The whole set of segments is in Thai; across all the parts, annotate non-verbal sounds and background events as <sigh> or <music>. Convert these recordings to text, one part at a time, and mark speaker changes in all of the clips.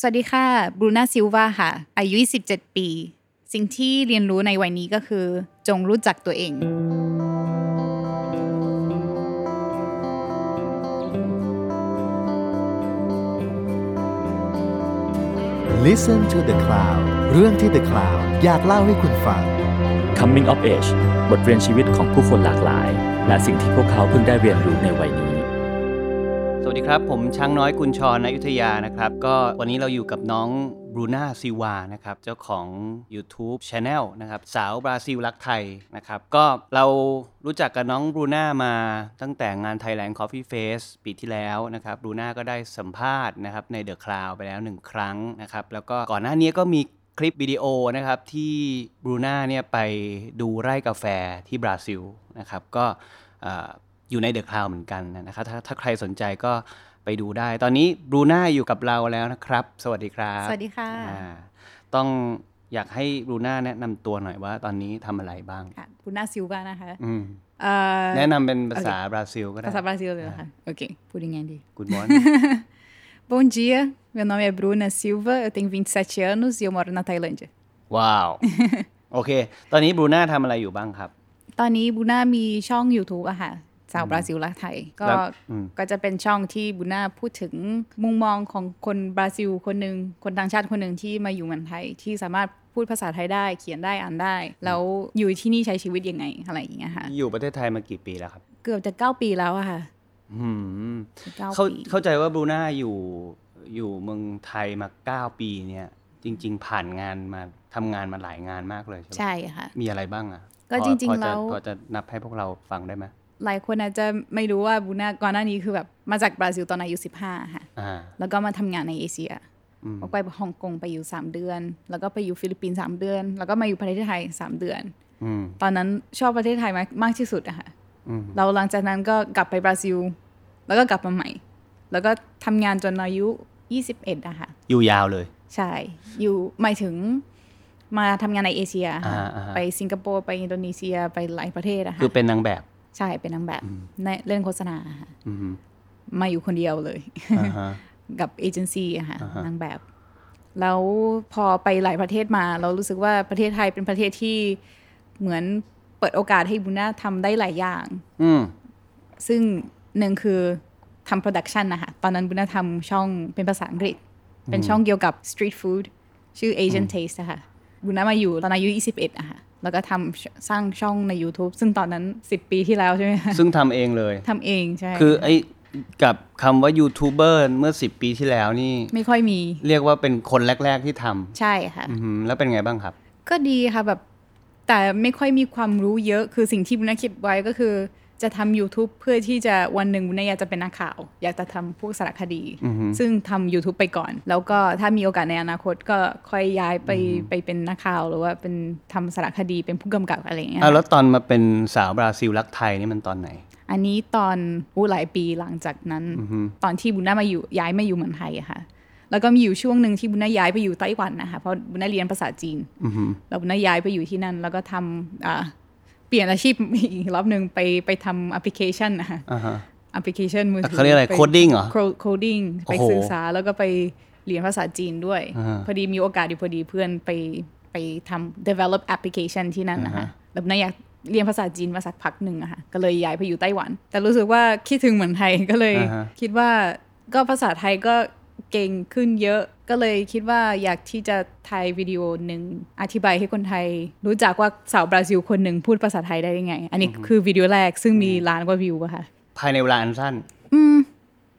Speaker 1: สวัสดีค่ะบรูน่าซิลวาค่ะ อายุ 27 ปี สิ่งที่เรียนรู้ในวัยนี้ก็คือ จงรู้จักตัวเอง
Speaker 2: Listen to the Cloud เรื่องที่ The Cloud อยากเล่าให้คุณฟัง
Speaker 3: Coming of Age บทเรียนชีวิตของผู้คนหลากหลาย และสิ่งที่พวกเขาเพิ่งได้เรียนรู้ในวัยนี้
Speaker 4: สวัสดีครับ ผมช้างน้อยกุญชรอยุธยานะครับ ก็วันนี้เราอยู่กับน้องบรูน่าซิวานะครับ เจ้าของ YouTube Channel นะครับ สาวบราซิลรักไทยนะครับ ก็เรารู้จักกับน้องบรูน่ามาตั้งแต่งาน Thailand Coffee Face ปีที่แล้วนะครับบรูน่าก็ได้สัมภาษณ์นะครับใน The Cloud ไปแล้วหนึ่งครั้งนะครับ แล้วก็ก่อนหน้านี้ก็มี คลิปวิดีโอนะครับที่บรูน่าเนี่ยไปดูไร่กาแฟที่บราซิลนะครับก็เอ่ออยู่ในเดอะคลาวเหมือนกันนะครับถ้าถ้าใครสนใจก็ไปดูได้ ตอนนี้บรูน่าอยู่กับเราแล้วนะครับ สวัสดีครับ
Speaker 1: สวัสดีค่ะ
Speaker 4: อ่าต้องอยากให้บรูน่าแนะนำตัวหน่อยว่าตอนนี้ทำอะไรบ้าง
Speaker 1: ค่ะบรูน่าซิลวานะคะ
Speaker 4: อืม
Speaker 1: เอ่อ
Speaker 4: แนะนำเป็นภาษาบราซิลก็ได้
Speaker 1: ภาษาบราซิลเลยเหรอคะโอเค พูดยังไงดี
Speaker 4: Good morning <laughs>
Speaker 1: Bom dia, meu nome é Bruna Silva, eu tenho 27 anos e eu moro na Tailândia.
Speaker 4: ว้ <laughs> าว โอเค ตอนนี้บรูน่าทำอะไรอยู่บ้างครับ
Speaker 1: ตอนนี้บุน่ามีช่อง YouTube อะค่ะ สาวบราซิลและไทย ก็
Speaker 4: แล้วอืม
Speaker 1: ก็จะเป็นช่องที่บุน่าพูดถึงมุมมองของคนบราซิลคนหนึ่งคนต่างชาติคนหนึ่งที่มาอยู่เมืองไทย ที่สามารถพูดภาษาไทยได้เขียนได้อ่านได้ แล้วอยู่ที่นี่ใช้ชีวิตยังไงอะไรอย่างเงี้ยค่ะ
Speaker 4: อยู่ประเทศไทยมากี่ปีแล้วครับ
Speaker 1: เกือบจะ 9 ปีแล้วอะค่ะ
Speaker 4: อืม
Speaker 1: เก้า
Speaker 4: เข้า
Speaker 1: ปี
Speaker 4: เข้าใจว่าบรูน่าอยู่อยู่เมืองไทยมาเก้าปีเนี่ย จริง ๆ ผ่านงานมาทำงานมาหลายงานมากเลยใช่ไหม
Speaker 1: ใช่ค่ะ
Speaker 4: มีอะไรบ้างอ่ะ
Speaker 1: ก็
Speaker 4: พอ
Speaker 1: จริงๆ
Speaker 4: พอจะ
Speaker 1: แล้ว
Speaker 4: พอจะนับให้พวกเราฟังได้ไหม
Speaker 1: หลายคนอาจจะไม่รู้ว่าบุน่าก่อนหน้านี้คือแบบมาจากบราซิลตอนอายุ15ค่ะ
Speaker 4: อ่า
Speaker 1: แล้วก็มาทำงานในเอเชีย
Speaker 4: อืม
Speaker 1: ออกไปฮ่องกงไปอยู่ 3 เดือน แล้วก็ไปอยู่ฟิลิปปินส์3เดือน แล้วก็มาอยู่ประเทศไทย 3 เดือน
Speaker 4: อืม
Speaker 1: ตอนนั้นชอบประเทศไทยมากมากที่สุดอะค่ะ
Speaker 4: อืม
Speaker 1: เราหลังจากนั้นก็กลับไปบราซิล แล้วก็กลับมาใหม่ แล้วก็ทำงานจนอายุ 21อะค่ะ
Speaker 4: อยู่ยาวเลย
Speaker 1: ใช่ อยู่หมายถึงมาทำงานในเอเชียค่ะ
Speaker 4: อ่าอ่าฮะ
Speaker 1: ไปสิงคโปร์ไปอินโดนีเซียไปหลายประเทศอะค่ะ
Speaker 4: คือเป็นนางแบบ
Speaker 1: ใช่เป็นนางแบบในเล่นโฆษณาค่ะ
Speaker 4: อืม
Speaker 1: มาอยู่คนเดียวเลย
Speaker 4: อ่าฮะ
Speaker 1: กับเอเจนซี่อะค่ะ
Speaker 4: อ่าฮะ
Speaker 1: นางแบบ แล้วพอไปหลายประเทศมา เรารู้สึกว่าประเทศไทยเป็นประเทศที่เหมือนเปิดโอกาสให้บุญนาทำได้หลายอย่าง
Speaker 4: อืม
Speaker 1: ซึ่งหนึ่งคือทำโปรดักชันนะคะตอนนั้นบุญนาทำช่องเป็นภาษาอังกฤษ เป็นช่องเกี่ยวกับสตรีทฟู้ดชื่อ Asian Taste นะคะบุญนามาอยู่ตอนอายุ 21อะค่ะแล้วก็ทำสร้างช่องใน YouTube ซึ่งตอนนั้น 10 ปีที่แล้วใช่ไหมคะ
Speaker 4: ซึ่งทำเองเลย
Speaker 1: ทำเองใช่
Speaker 4: คือไอ้กับคำว่ายูทูบเบอร์เมื่อ 10 ปีที่แล้วนี่
Speaker 1: ไม่ค่อยมี
Speaker 4: เรียกว่าเป็นคนแรก ๆที่ท
Speaker 1: ใช่ค่ะ
Speaker 4: ำอืมแล้วเป็นไงบ้างครับ
Speaker 1: ก็ดีค่ะแบบแต่ไม่ค่อยมีความรู้เยอะคือสิ่งที่บุญนาคิดไว้ก็คือ จะทำ YouTube เพื่อที่จะวันหนึ่งบุญนาอยากจะเป็นนักข่าว อยากจะทำพวกสารคดี ซึ่งทำ YouTube ไปก่อน แล้วก็ถ้ามีโอกาสในอนาคตก็ค่อยย้ายไปไปเป็นนักข่าว หรือว่าเป็นทำสารคดีเป็นผู้กำกับอะไรอย่างเงี้ย
Speaker 4: อ่าแล้วตอนมาเป็นสาวบราซิลรักไทยนี่มันตอนไหน
Speaker 1: อันนี้ตอนอู้หลายปีหลังจากนั้น ตอนที่บุญนามาอยู่ย้ายมาอยู่เมืองไทยอะค่ะแล้วก็มีอยู่ช่วงหนึ่งที่บุญนาย้ายไปอยู่ไต้หวันนะคะเพราะบุญนาเรียนภาษาจีน
Speaker 4: อือฮึ
Speaker 1: เราน่าย้ายไปอยู่ที่นั่น แล้วก็ทำอ่าเปลี่ยนอาชีพ อีกรอบหนึ่งไปไปทำแอปพลิเคชันนะคะ
Speaker 4: อ่าฮะ
Speaker 1: แอปพลิเคชันมือถือ
Speaker 4: เขาเรียกอะไร coding เหรอ
Speaker 1: โคดิ้งไป
Speaker 4: โอ้โห
Speaker 1: ศึกษาแล้วก็ไปเรียนภาษาจีนด้วย
Speaker 4: อ่า
Speaker 1: พอดีมีโอกาสอยู่พอดีเพื่อนไปไปทำ develop application ที่นั่นนะคะแล้วน่าอยากเรียนภาษาจีนมาสักพักหนึ่งอะค่ะก็เลยย้ายไปอยู่ไต้หวัน แต่รู้สึกว่าคิดถึงเหมือนไทย <laughs> ก็เลย
Speaker 4: อ่าฮะ
Speaker 1: คิดว่าก็ภาษาไทยก็เก่งขึ้นเยอะ ก็เลยคิดว่าอยากที่จะถ่ายวิดีโอหนึ่งอธิบายให้คนไทย รู้จักว่าสาวบราซิลคนหนึ่งพูดภาษาไทยได้ยังไง อันนี้คือวิดีโอแรกซึ่งมีล้านกว่าวิวอะค่ะ
Speaker 4: ภายในเวลาอันสั้น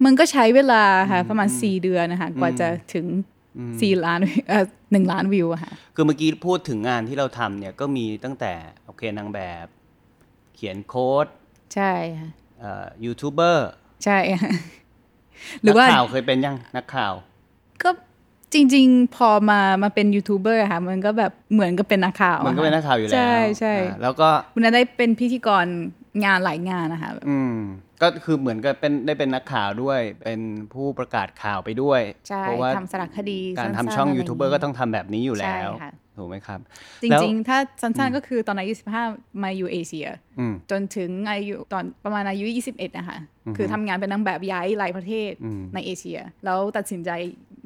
Speaker 1: มันก็ใช้เวลาค่ะประมาณ 4 เดือนนะคะกว่าจะถึง 4 ล้าน <laughs> วิวเอ่อหนึ่งล้านวิวอะค่ะ
Speaker 4: คือเมื่อกี้พูดถึงงานที่เราทำเนี่ยก็มีตั้งแต่โอเคนางแบบ เขียนโค้ด
Speaker 1: ใช่ค่ะ
Speaker 4: เอ่อยูทูบเบอร์
Speaker 1: ใช่ค่ะหรื
Speaker 4: นั
Speaker 1: อว่า
Speaker 4: ข่าวเคยเป็นยังนักข่าว
Speaker 1: ก็จริงๆ พอมามาเป็นยูทูบเบอร์อะค่ะ มันก็แบบเหมือนกับเป็นนักข่าวอะ
Speaker 4: มันก็เป็นนักข่าวอยู่แล้ว
Speaker 1: ใช่ใช่
Speaker 4: อ่าแล้วก็
Speaker 1: คุณน่ะได้เป็นพิธีกรงานหลายงานนะคะแบบ
Speaker 4: อืมก็คือเหมือนกับเป็นได้เป็นนักข่าวด้วย เป็นผู้ประกาศข่าวไปด้วย
Speaker 1: ใช่
Speaker 4: เพราะว่า
Speaker 1: ทำสารคดี
Speaker 4: การ
Speaker 1: สั้น
Speaker 4: ทำช่อง
Speaker 1: ๆะไ
Speaker 4: ยูทูบเบอร์ก็ต้องทำแบบนี้อยู่
Speaker 1: ใช่
Speaker 4: แล้ว
Speaker 1: ค่ะ
Speaker 4: ถูกไหมครับ
Speaker 1: จ
Speaker 4: แล้ว
Speaker 1: ริงๆ ถ้าสั้นๆก็คือตอนอายุ 15 มาอยู่เอเชีย
Speaker 4: อืม
Speaker 1: จนถึงอายุตอนประมาณอายุ 21นะคะคือทำงานเป็นนางแบบย้ายหลายประเทศในเอเชีย แล้วตัดสินใจ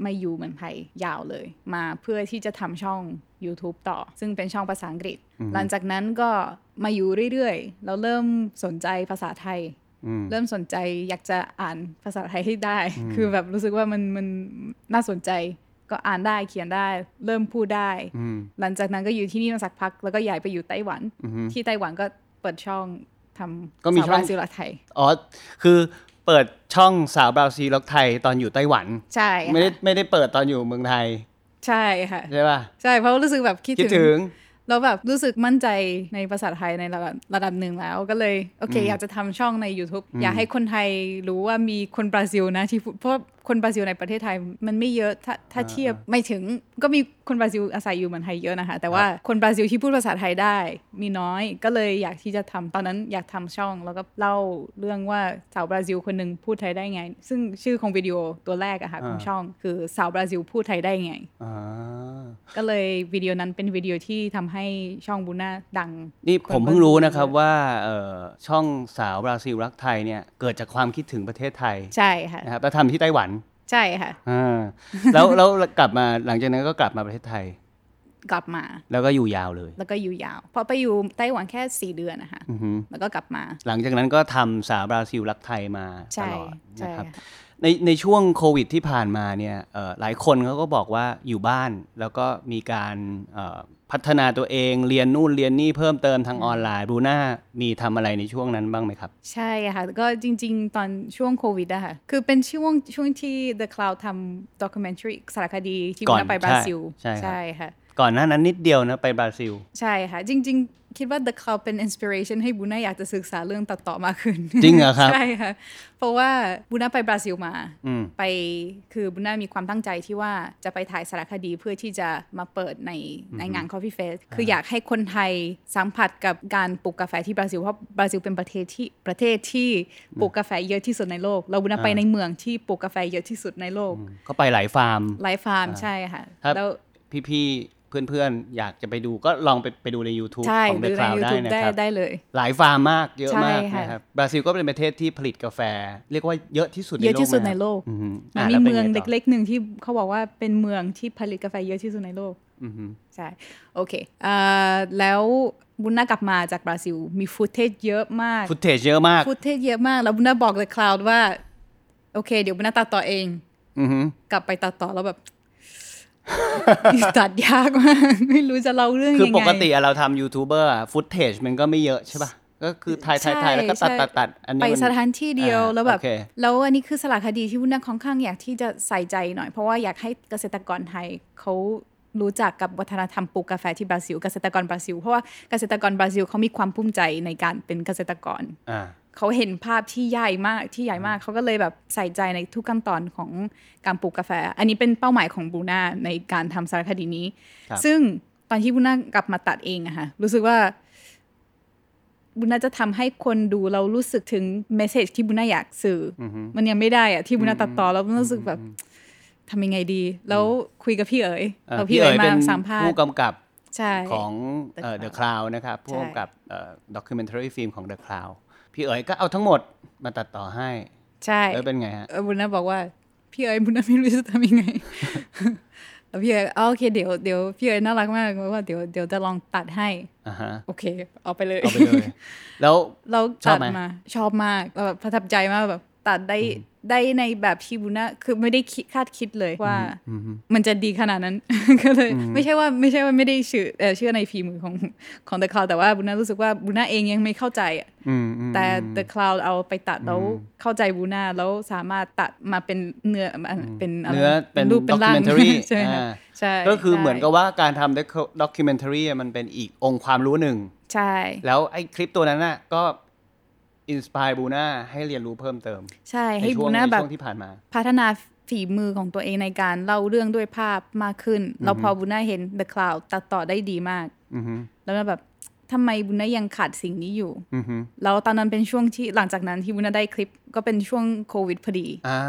Speaker 1: มาอยู่เมืองไทยยาวเลย มาเพื่อที่จะทำช่อง YouTube ต่อ ซึ่งเป็นช่องภาษาอังกฤษ หลังจากนั้นก็มาอยู่เรื่อยๆ แล้วเริ่มสนใจภาษาไทย
Speaker 4: อืม
Speaker 1: เริ่มสนใจอยากจะอ่านภาษาไทยให้ได้ คือแบบรู้สึกว่ามันมันน่าสนใจ ก็อ่านได้เขียนได้ เริ่มพูดได้
Speaker 4: อืม
Speaker 1: หลังจากนั้นก็อยู่ที่นี่มาสักพัก แล้วก็ย้ายไปอยู่ไต้หวัน ที่ไต้หวันก็เปิดช่องทำ
Speaker 4: ก็มี
Speaker 1: สาว
Speaker 4: ช่
Speaker 1: บ
Speaker 4: อง
Speaker 1: ราซิลไทย
Speaker 4: อ๋อคือเปิดช่องสาวบราซิลล็อกไทยตอนอยู่ไต้หวัน
Speaker 1: ใช่ค่ะ
Speaker 4: ไม่ได้ไม่ได้เปิดตอนอยู่เมืองไทย
Speaker 1: ใช่ค่ะ
Speaker 4: ใช่ป่ะ
Speaker 1: ใช่เพราะรู้สึกแบบคิด
Speaker 4: คิด
Speaker 1: ถึ
Speaker 4: ถึ
Speaker 1: ง
Speaker 4: ง
Speaker 1: แล้วแบบรู้สึกมั่นใจในภาษาไทยในระดับระดับหนึ่งแล้วก็เลยโอเค อยากจะทำช่องใน YouTube อยากให้คนไทยรู้ว่ามีคนบราซิลนะที่พูดเพราะคนบราซิลในประเทศไทยมันไม่เยอะถ้าถ้าเทียบไม่ถึงก็มีคนบราซิลอาศัยอยู่เหมือนไทยเยอะนะคะ แต่ว่าคนบราซิลที่พูดภาษาไทยได้มีน้อยก็เลยอยากที่จะทำตอนนั้นอยากทำช่องแล้วก็เล่าเรื่องว่าสาวบราซิลคนหนึ่งพูดไทยได้ไง ซึ่งชื่อของวิดีโอตัวแรกอะค่ะของ
Speaker 4: อ่า
Speaker 1: ช่องคือสาวบราซิลพูดไทยได้ไง
Speaker 4: อ่า
Speaker 1: ก็เลยวิดีโอนั้นเป็นวิดีโอที่ทำให้ช่องบูน่าดัง
Speaker 4: นี่
Speaker 1: คน
Speaker 4: ผมเพิ่งรู้นะครับ
Speaker 1: บราซิล
Speaker 4: ว่าเอ่อช่องสาวบราซิลรักไทยเนี่ยเกิดจากความคิดถึงประเทศไทย
Speaker 1: ใช่ค่ะ
Speaker 4: นะครับแล้วทำที่ไต้หวัน
Speaker 1: ใช่ค่ะ
Speaker 4: อ่าแล้ว <laughs> แล้วกลับมาหลังจากนั้นก็กลับมาประเทศไทย
Speaker 1: กลับมา
Speaker 4: แล้วก็อยู่ยาวเลย
Speaker 1: แล้วก็อยู่ยาวเพราะไปอยู่ไต้หวันแค่ 4 เดือนนะคะ
Speaker 4: อือฮึ
Speaker 1: แล้วก็กลับมา
Speaker 4: หลังจากนั้นก็ทำสาวบราซิลรักไทยมาต
Speaker 1: ใช่
Speaker 4: ลอดนะ
Speaker 1: ใช่
Speaker 4: ครับ
Speaker 1: ค่ะ
Speaker 4: ในในช่วงโควิดที่ผ่านมาเนี่ยเอ่อหลายคนเขาก็บอกว่าอยู่บ้านแล้วก็มีการเอ่อพัฒนาตัวเองเรียนนู่นเรียนนี่เพิ่มเติมทางออนไลน์บรูน่ามีทำอะไรในช่วงนั้นบ้างไหมครับ
Speaker 1: ใช่ค่ะก็จริง ๆ ตอนช่วงโควิดอะค่ะคือเป็นช่วงช่วงที่ The Cloud ทำ documentary สารคดีที่
Speaker 4: ก่
Speaker 1: บู
Speaker 4: อน
Speaker 1: น่าไปบราซิล
Speaker 4: ใช่ใช่ครับ
Speaker 1: ค่ะ
Speaker 4: ก่อนหน้านั้นนิดเดียวนะไปบราซิล
Speaker 1: ใช่ค่ะ จริง ๆ คิดว่า The Cloud เป็น inspiration ให้บูน่าอยากจะศึกษาเรื่องตัดต่อมากขึ้น
Speaker 4: จริงเหรอครับ
Speaker 1: <laughs> ใช่ค่ะ เพราะว่าบูน่าไปบราซิลมา
Speaker 4: อืม
Speaker 1: ไปคือบุญนามีความตั้งใจที่ว่าจะไปถ่ายสารคดีเพื่อที่จะมาเปิดในในงาน Coffee Fest คืออยากให้คนไทยสัมผัสกับการปลูกกาแฟที่บราซิล เพราะบราซิลเป็นประเทศที่ประเทศที่ปลูกกาแฟเยอะที่สุดในโลก เราบุญนาไปในเมืองที่ปลูกกาแฟเยอะที่สุดในโลก
Speaker 4: ก็ไปหลายฟาร์ม
Speaker 1: ไลฟ์ฟาร์มใช่ค่ะ
Speaker 4: ครับ
Speaker 1: แล้ว
Speaker 4: พี่ๆเพื่อนๆ อยากจะไปดูก็ลองไปไปดูใน YouTube
Speaker 1: ใช่
Speaker 4: ของ
Speaker 1: ห
Speaker 4: The
Speaker 1: รือใน
Speaker 4: Cloud ได้
Speaker 1: YouTube
Speaker 4: นะ
Speaker 1: ได้
Speaker 4: ครับ
Speaker 1: ได้เลย
Speaker 4: หลายฟาร์มมากเยอะมาก
Speaker 1: ใช่ค่ะ
Speaker 4: นะครับบราซิลก็เป็นประเทศที่ผลิตกาแฟ เรียกว่าเยอะที่สุดใน
Speaker 1: เยอะ
Speaker 4: โลก
Speaker 1: ที่สุด
Speaker 4: ไหม
Speaker 1: ในโลก
Speaker 4: อือฮึ
Speaker 1: มั
Speaker 4: อ่ะ
Speaker 1: นมี
Speaker 4: แล้วป็
Speaker 1: เมือง
Speaker 4: ไต่
Speaker 1: เล็กๆหนึ่งที่เขาบอกว่าเป็นเมืองที่ผลิตกาแฟเยอะที่สุดในโลก ใช่ โอเคเอ่อแล้วบุญนากลับมาจากบราซิล มีฟุตเทจเยอะมาก
Speaker 4: ฟุตเทจเยอะมาก
Speaker 1: ฟุตเทจเยอะมาก แล้วบุญนาบอกเลยคลาวด์ว่า โอเค เดี๋ยวบุญนาตัดต่อเอง
Speaker 4: อือฮึ
Speaker 1: กลับไปตัดต่อแล้วแบบ <laughs> ตัดยากมาก ไม่รู้จะเล่าเรื่องยัง
Speaker 4: คือ
Speaker 1: ไง
Speaker 4: ปกติอะเราทำยูทูบเบอร์ฟุตเทจมันก็ไม่เยอะใช่ป่ะ ก็คือถ่ายถ่ายถ่ายแล้วก็ตัด
Speaker 1: ใช่
Speaker 4: ตัดตัดอันนี้
Speaker 1: ไป
Speaker 4: มัน
Speaker 1: สถานที่เดียว
Speaker 4: อ่า
Speaker 1: แล้วแบบ
Speaker 4: โอเค
Speaker 1: แล้วอันนี้คือสารคดีที่วุ้นนะค่อนข้างอยากที่จะใส่ใจหน่อย เพราะว่าอยากให้เกษตรกรไทยเขารู้จักกับวัฒนธรรมปลูกกาแฟที่บราซิลเกษตรกรบราซิล เพราะว่าเกษตรกรบราซิลเขามีความภูมิใจในการเป็นเกษตรกร
Speaker 4: อ่า
Speaker 1: เขาเห็นภาพที่ใหญ่มากที่ใหญ่มากเขาก็เลยแบบใส่ใจในทุกขั้นตอนของการปลูกกาแฟ อันนี้เป็นเป้าหมายของบูน่าในการทำสารคดีนี้ ซึ่งตอนที่บูน่ากลับมาตัดเองอะค่ะรู้สึกว่าบูน่าจะทำให้คนดูเรารู้สึกถึงเมสเซจที่บูน่าอยากสื่ออมันยังไม่ได้อะที่บูน่าตัดต่อแล้วบูน่ารู้สึกแบบทำยังไงดี แล้วคุยกับพี่เอ๋ย
Speaker 4: อ่า
Speaker 1: แล้วพี่เอ๋ยมา
Speaker 4: เป็น
Speaker 1: สัมภาษ
Speaker 4: ผู้
Speaker 1: ณ์
Speaker 4: กำกับ
Speaker 1: ใช่
Speaker 4: ของเอ่อ
Speaker 1: The
Speaker 4: The Cloud นะครับ ผู้
Speaker 1: ใช่
Speaker 4: กำกับเอ่อ documentary film ของ The Cloud พี่เอ๋ยก็เอาทั้งหมดมาตัดต่อให้
Speaker 1: ใช่
Speaker 4: แล้วเป็นไงฮะ
Speaker 1: เออบุญนาบอกว่า พี่เอ๋ยบุญนาไม่รู้จะทำยังไง <laughs> แล้วพี่เอ๋ยอ๋อโอเคเดี๋ยวเดี๋ยวพี่เอ๋ยน่ารักมากบอกว่าเดี๋ยวเดี๋ยวจะลองตัดให้
Speaker 4: อ่า
Speaker 1: <laughs>
Speaker 4: ฮะ
Speaker 1: โอเค เอาไปเลย
Speaker 4: เอาไปเลย แล้ว
Speaker 1: <laughs> เรา
Speaker 4: ชอ
Speaker 1: ตั
Speaker 4: บ
Speaker 1: ด
Speaker 4: ไหม
Speaker 1: มาชอบมากเราแบบประทับใจมากแบบตัดได้ได้ในแบบที่บุญนาคือไม่ได้คิดคาดคิดเลยว่า มันจะดีขนาด <laughs> นั้น ก็เลย ไม่ใช่ว่าไม่ใช่ว่าไม่ได้เชื่อเอ่อเชื่อในฝีมือของของ The Cloud แต่ว่าบุญนารู้สึกว่าบุญนาเองยังไม่เข้าใจอะ
Speaker 4: อืมอืม
Speaker 1: แต่ The Cloud เอาไปตัดแล้วเข้าใจบูน่าแล้วสามารถตัดมาเป็นเนื้ออ่ะเป็นอะไร
Speaker 4: เนื้อเป็น
Speaker 1: รูปเป็นร่าง
Speaker 4: documentary
Speaker 1: <laughs> ใช่ไหมคะ
Speaker 4: อ่า
Speaker 1: ใช่
Speaker 4: ก็คือเหมือนกับ
Speaker 1: ใช่
Speaker 4: ว่าการทำ documentary อะมันเป็นอีกองค์ความรู้หนึ่ง
Speaker 1: ใช่
Speaker 4: แล้วไอ้คลิปตัวนั้นน่ะก็อินสปายบูน่าให้เรียนรู้เพิ่มเติม
Speaker 1: ใช่
Speaker 4: ใน
Speaker 1: ให้
Speaker 4: ช่
Speaker 1: บู
Speaker 4: วงใน
Speaker 1: น่าแบบ
Speaker 4: ช่วงที่ผ่านมา
Speaker 1: พัฒนาฝีมือของตัวเองในการเล่าเรื่องด้วยภาพมากขึ้น แล้วพอบุญน่าเห็น The Cloud ตัดต่อได้ดีมาก แล้วมันแบบทำไมบุญน่ายังขาดสิ่งนี้อยู่ แล้วตอนนั้นเป็นช่วงที่หลังจากนั้นที่บุญน่าได้คลิปก็เป็นช่วงโควิดพอดี
Speaker 4: อ่า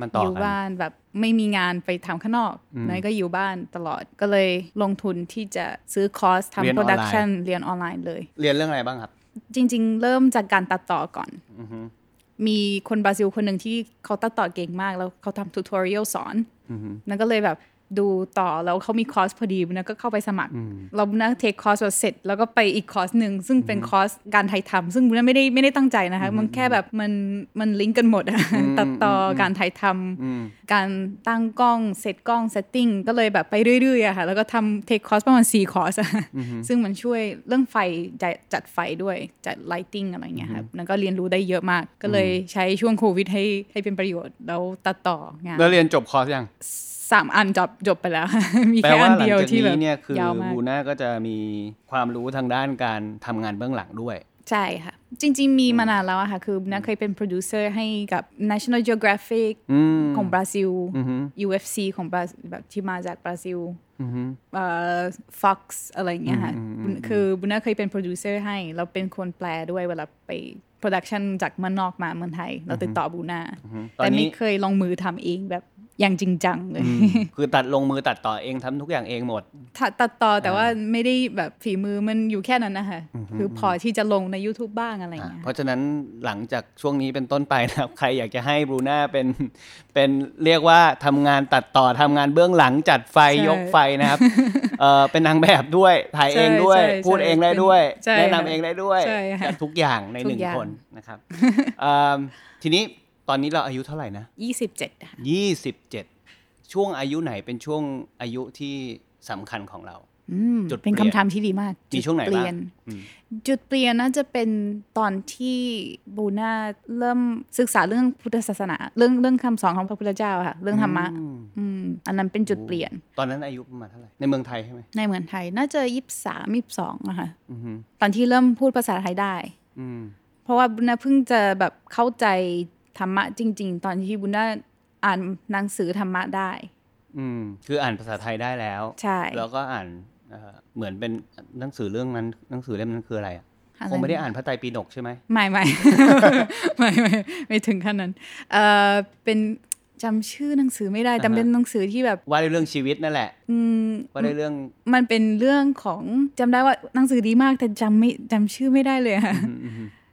Speaker 4: มันต่อ
Speaker 1: อยู่
Speaker 4: กัน
Speaker 1: บ้านแบบไม่มีงานไปทำข้างนอกน้อยก็อยู่บ้านตลอดก็เลยลงทุนที่จะซื้อคอร์ส
Speaker 4: เรีย
Speaker 1: ทำ
Speaker 4: นออน
Speaker 1: โป
Speaker 4: ไลน์
Speaker 1: รดักชันเรียนออนไลน์เลย
Speaker 4: เรียนเรื่องอะไรบ้างครับ
Speaker 1: จริง ๆ เริ่มจากการตัดต่อก่อน มีคนบราซิลคนหนึ่งที่เขาตัดต่อเก่งมาก แล้วเขาทำทูตอเรียลสอนนั่นก็เลยแบบดูต่อแล้วเขามีคอร์สพอดีนะก็เข้าไปสมัคร เราบุญนะเทคคอร์สเสร็จ แล้วก็ไปอีกคอร์สหนึ่ง ซึ่งเป็นคอร์สการถ่ายทำซึ่งบุญนะไม่ได้ไม่ได้ตั้งใจนะคะ มันแค่แบบมันมันลิงก์กันหมดอะตัดต่ออการถ่ายทำการตั้งกล้องเซตกล้องเซตติ้งก็เลยแบบไปเรื่อยๆอะค่ะแล้วก็ทำเทคคอร์สประมาณ4คอร์สอะซึ่งมันช่วยเรื่องไฟจัดจัดไฟด้วยจัดไลติ้งอะไรเงี้ยครับแล้วก็เรียนรู้ได้เยอะมาก ก็เลยใช้ช่วงโควิดให้ให้เป็นประโยชน์แล้วตัดต่องาน
Speaker 4: แล้วเรียนจบคอร์สยัง
Speaker 1: สามอันจบจบไปแล้ว <laughs> มี
Speaker 4: แปล
Speaker 1: แค่อั
Speaker 4: ว่าน หลัง
Speaker 1: เดียว
Speaker 4: จาก
Speaker 1: ที่แบ
Speaker 4: นี้
Speaker 1: บ
Speaker 4: เนี่ยคือย
Speaker 1: าวมาก
Speaker 4: บูน่าก็จะมีความรู้ทางด้านการทำงานเบื้องหลังด้วย
Speaker 1: ใช่ค่ะ จริง ๆ มีมานานแล้วอะค่ะ คือนะเคยเป็นโปรดิวเซอร์ให้กับ National Geographic ของบราซิล UFC ของบราแบบที่มาจากบราซิลเอ่อ Fox อะไรอย่างเงี้ยค่ะคือบุน่าเคยเป็นโปรดิวเซอร์ให้แล้วเป็นคนแปลด้วยเวลาไปโปรดักชันจากเมืองนอกมาเมืองไทย เราติดต่อบูน่า
Speaker 4: ตอน
Speaker 1: แต่
Speaker 4: นี้
Speaker 1: ไม่เคยลงมือทำเองแบบอย่างจริงจังเลย
Speaker 4: คือตัดลงมือตัดต่อเองทำทุกอย่างเองหมด
Speaker 1: ตัดตัดต่อแต่ว่าไม่ได้แบบฝีมือมันอยู่แค่นั้นนะคะคือพอที่จะลงใน YouTube บ้างอะไรอย่างเงี้ย
Speaker 4: เพราะฉะนั้นหลังจากช่วงนี้เป็นต้นไปนะครับ <laughs> ใครอยากจะให้บรูน่าเป็นเป็นเรียกว่าทำงานตัดต่อทำงานเบื้องหลังจัดไฟยกไฟ
Speaker 1: <laughs>
Speaker 4: นะครับเออเป็นนางแบบด้วยถ่ายเองด้วย
Speaker 1: ใช่ใช่
Speaker 4: พูดเองได้
Speaker 1: ใช่
Speaker 4: ด้วย
Speaker 1: ใช่
Speaker 4: แนะนำ
Speaker 1: ค่
Speaker 4: เองได้ด้วย
Speaker 1: ใช่ค่ะ
Speaker 4: จัดทุกอย่างใน
Speaker 1: ทุก
Speaker 4: หนึ่ง
Speaker 1: อย่าง
Speaker 4: คนนะครับเอิ่มทีนี้ตอนนี้เราอายุเท่าไหร่นะ
Speaker 1: 27ค่ะ
Speaker 4: ยี่สิบเจ็ดช่วงอายุไหนเป็นช่วงอายุที่สำคัญของเรา
Speaker 1: อืม
Speaker 4: จุดเปลี่
Speaker 1: เป็
Speaker 4: ย
Speaker 1: น
Speaker 4: น
Speaker 1: คำถามที่ดีมาก
Speaker 4: มีช่วงไหน
Speaker 1: จุดเป
Speaker 4: บ้า
Speaker 1: ลี่ย
Speaker 4: ง
Speaker 1: น
Speaker 4: อืม
Speaker 1: จุดเปลี่ยนน่าจะเป็นตอนที่บูน่าเริ่มศึกษาเรื่องพุทธศาสนา เรื่องเรื่องคำสอนของพระพุทธเจ้าค่ะ เรื่องธรรมะ
Speaker 4: อืม
Speaker 1: อืมอันนั้นเป็นจุดเปลี่ยน
Speaker 4: ตอนนั้นอายุประมาณเท่าไหร่ ในเมืองไทยใช่ไหม
Speaker 1: ในเมืองไทย น่าจะยี่สามยี่สองอะค่ะ
Speaker 4: อือฮึ
Speaker 1: ตอนที่เริ่มพูดภาษาไทยได้
Speaker 4: อืม
Speaker 1: เพราะว่าบุญนาเพิ่งจะแบบเข้าใจธรรมะจริง ๆ ตอนที่บุญนาอ่านหนังสือธรรมะได้
Speaker 4: อืมคืออ่านภาษาไทยได้แล้ว
Speaker 1: ใช่
Speaker 4: แล้วก็อ่านเอ่อเหมือนเป็นหนังสือเรื่องนั้นหนังสือเล่มนั้นคืออะไรอะ
Speaker 1: ะร
Speaker 4: คงไม่ได้อ่านพระไตรปิฎกใช่ไหม
Speaker 1: ไม่ไม่ <laughs> ไม่ไม่ไม่ถึงขั้นนั้นเออเป็นจำชื่อหนังสือไม่ได้แต่เป็นหนังสือที่แบบ
Speaker 4: ว่าด้วยเรื่องชีวิตนั่นแหละ
Speaker 1: อืม
Speaker 4: ว่าด้วยเรื่อง
Speaker 1: มันเป็นเรื่องของจำได้ว่าหนังสือดีมากแต่จำไม่จำชื่อไม่ได้เลยค่ะ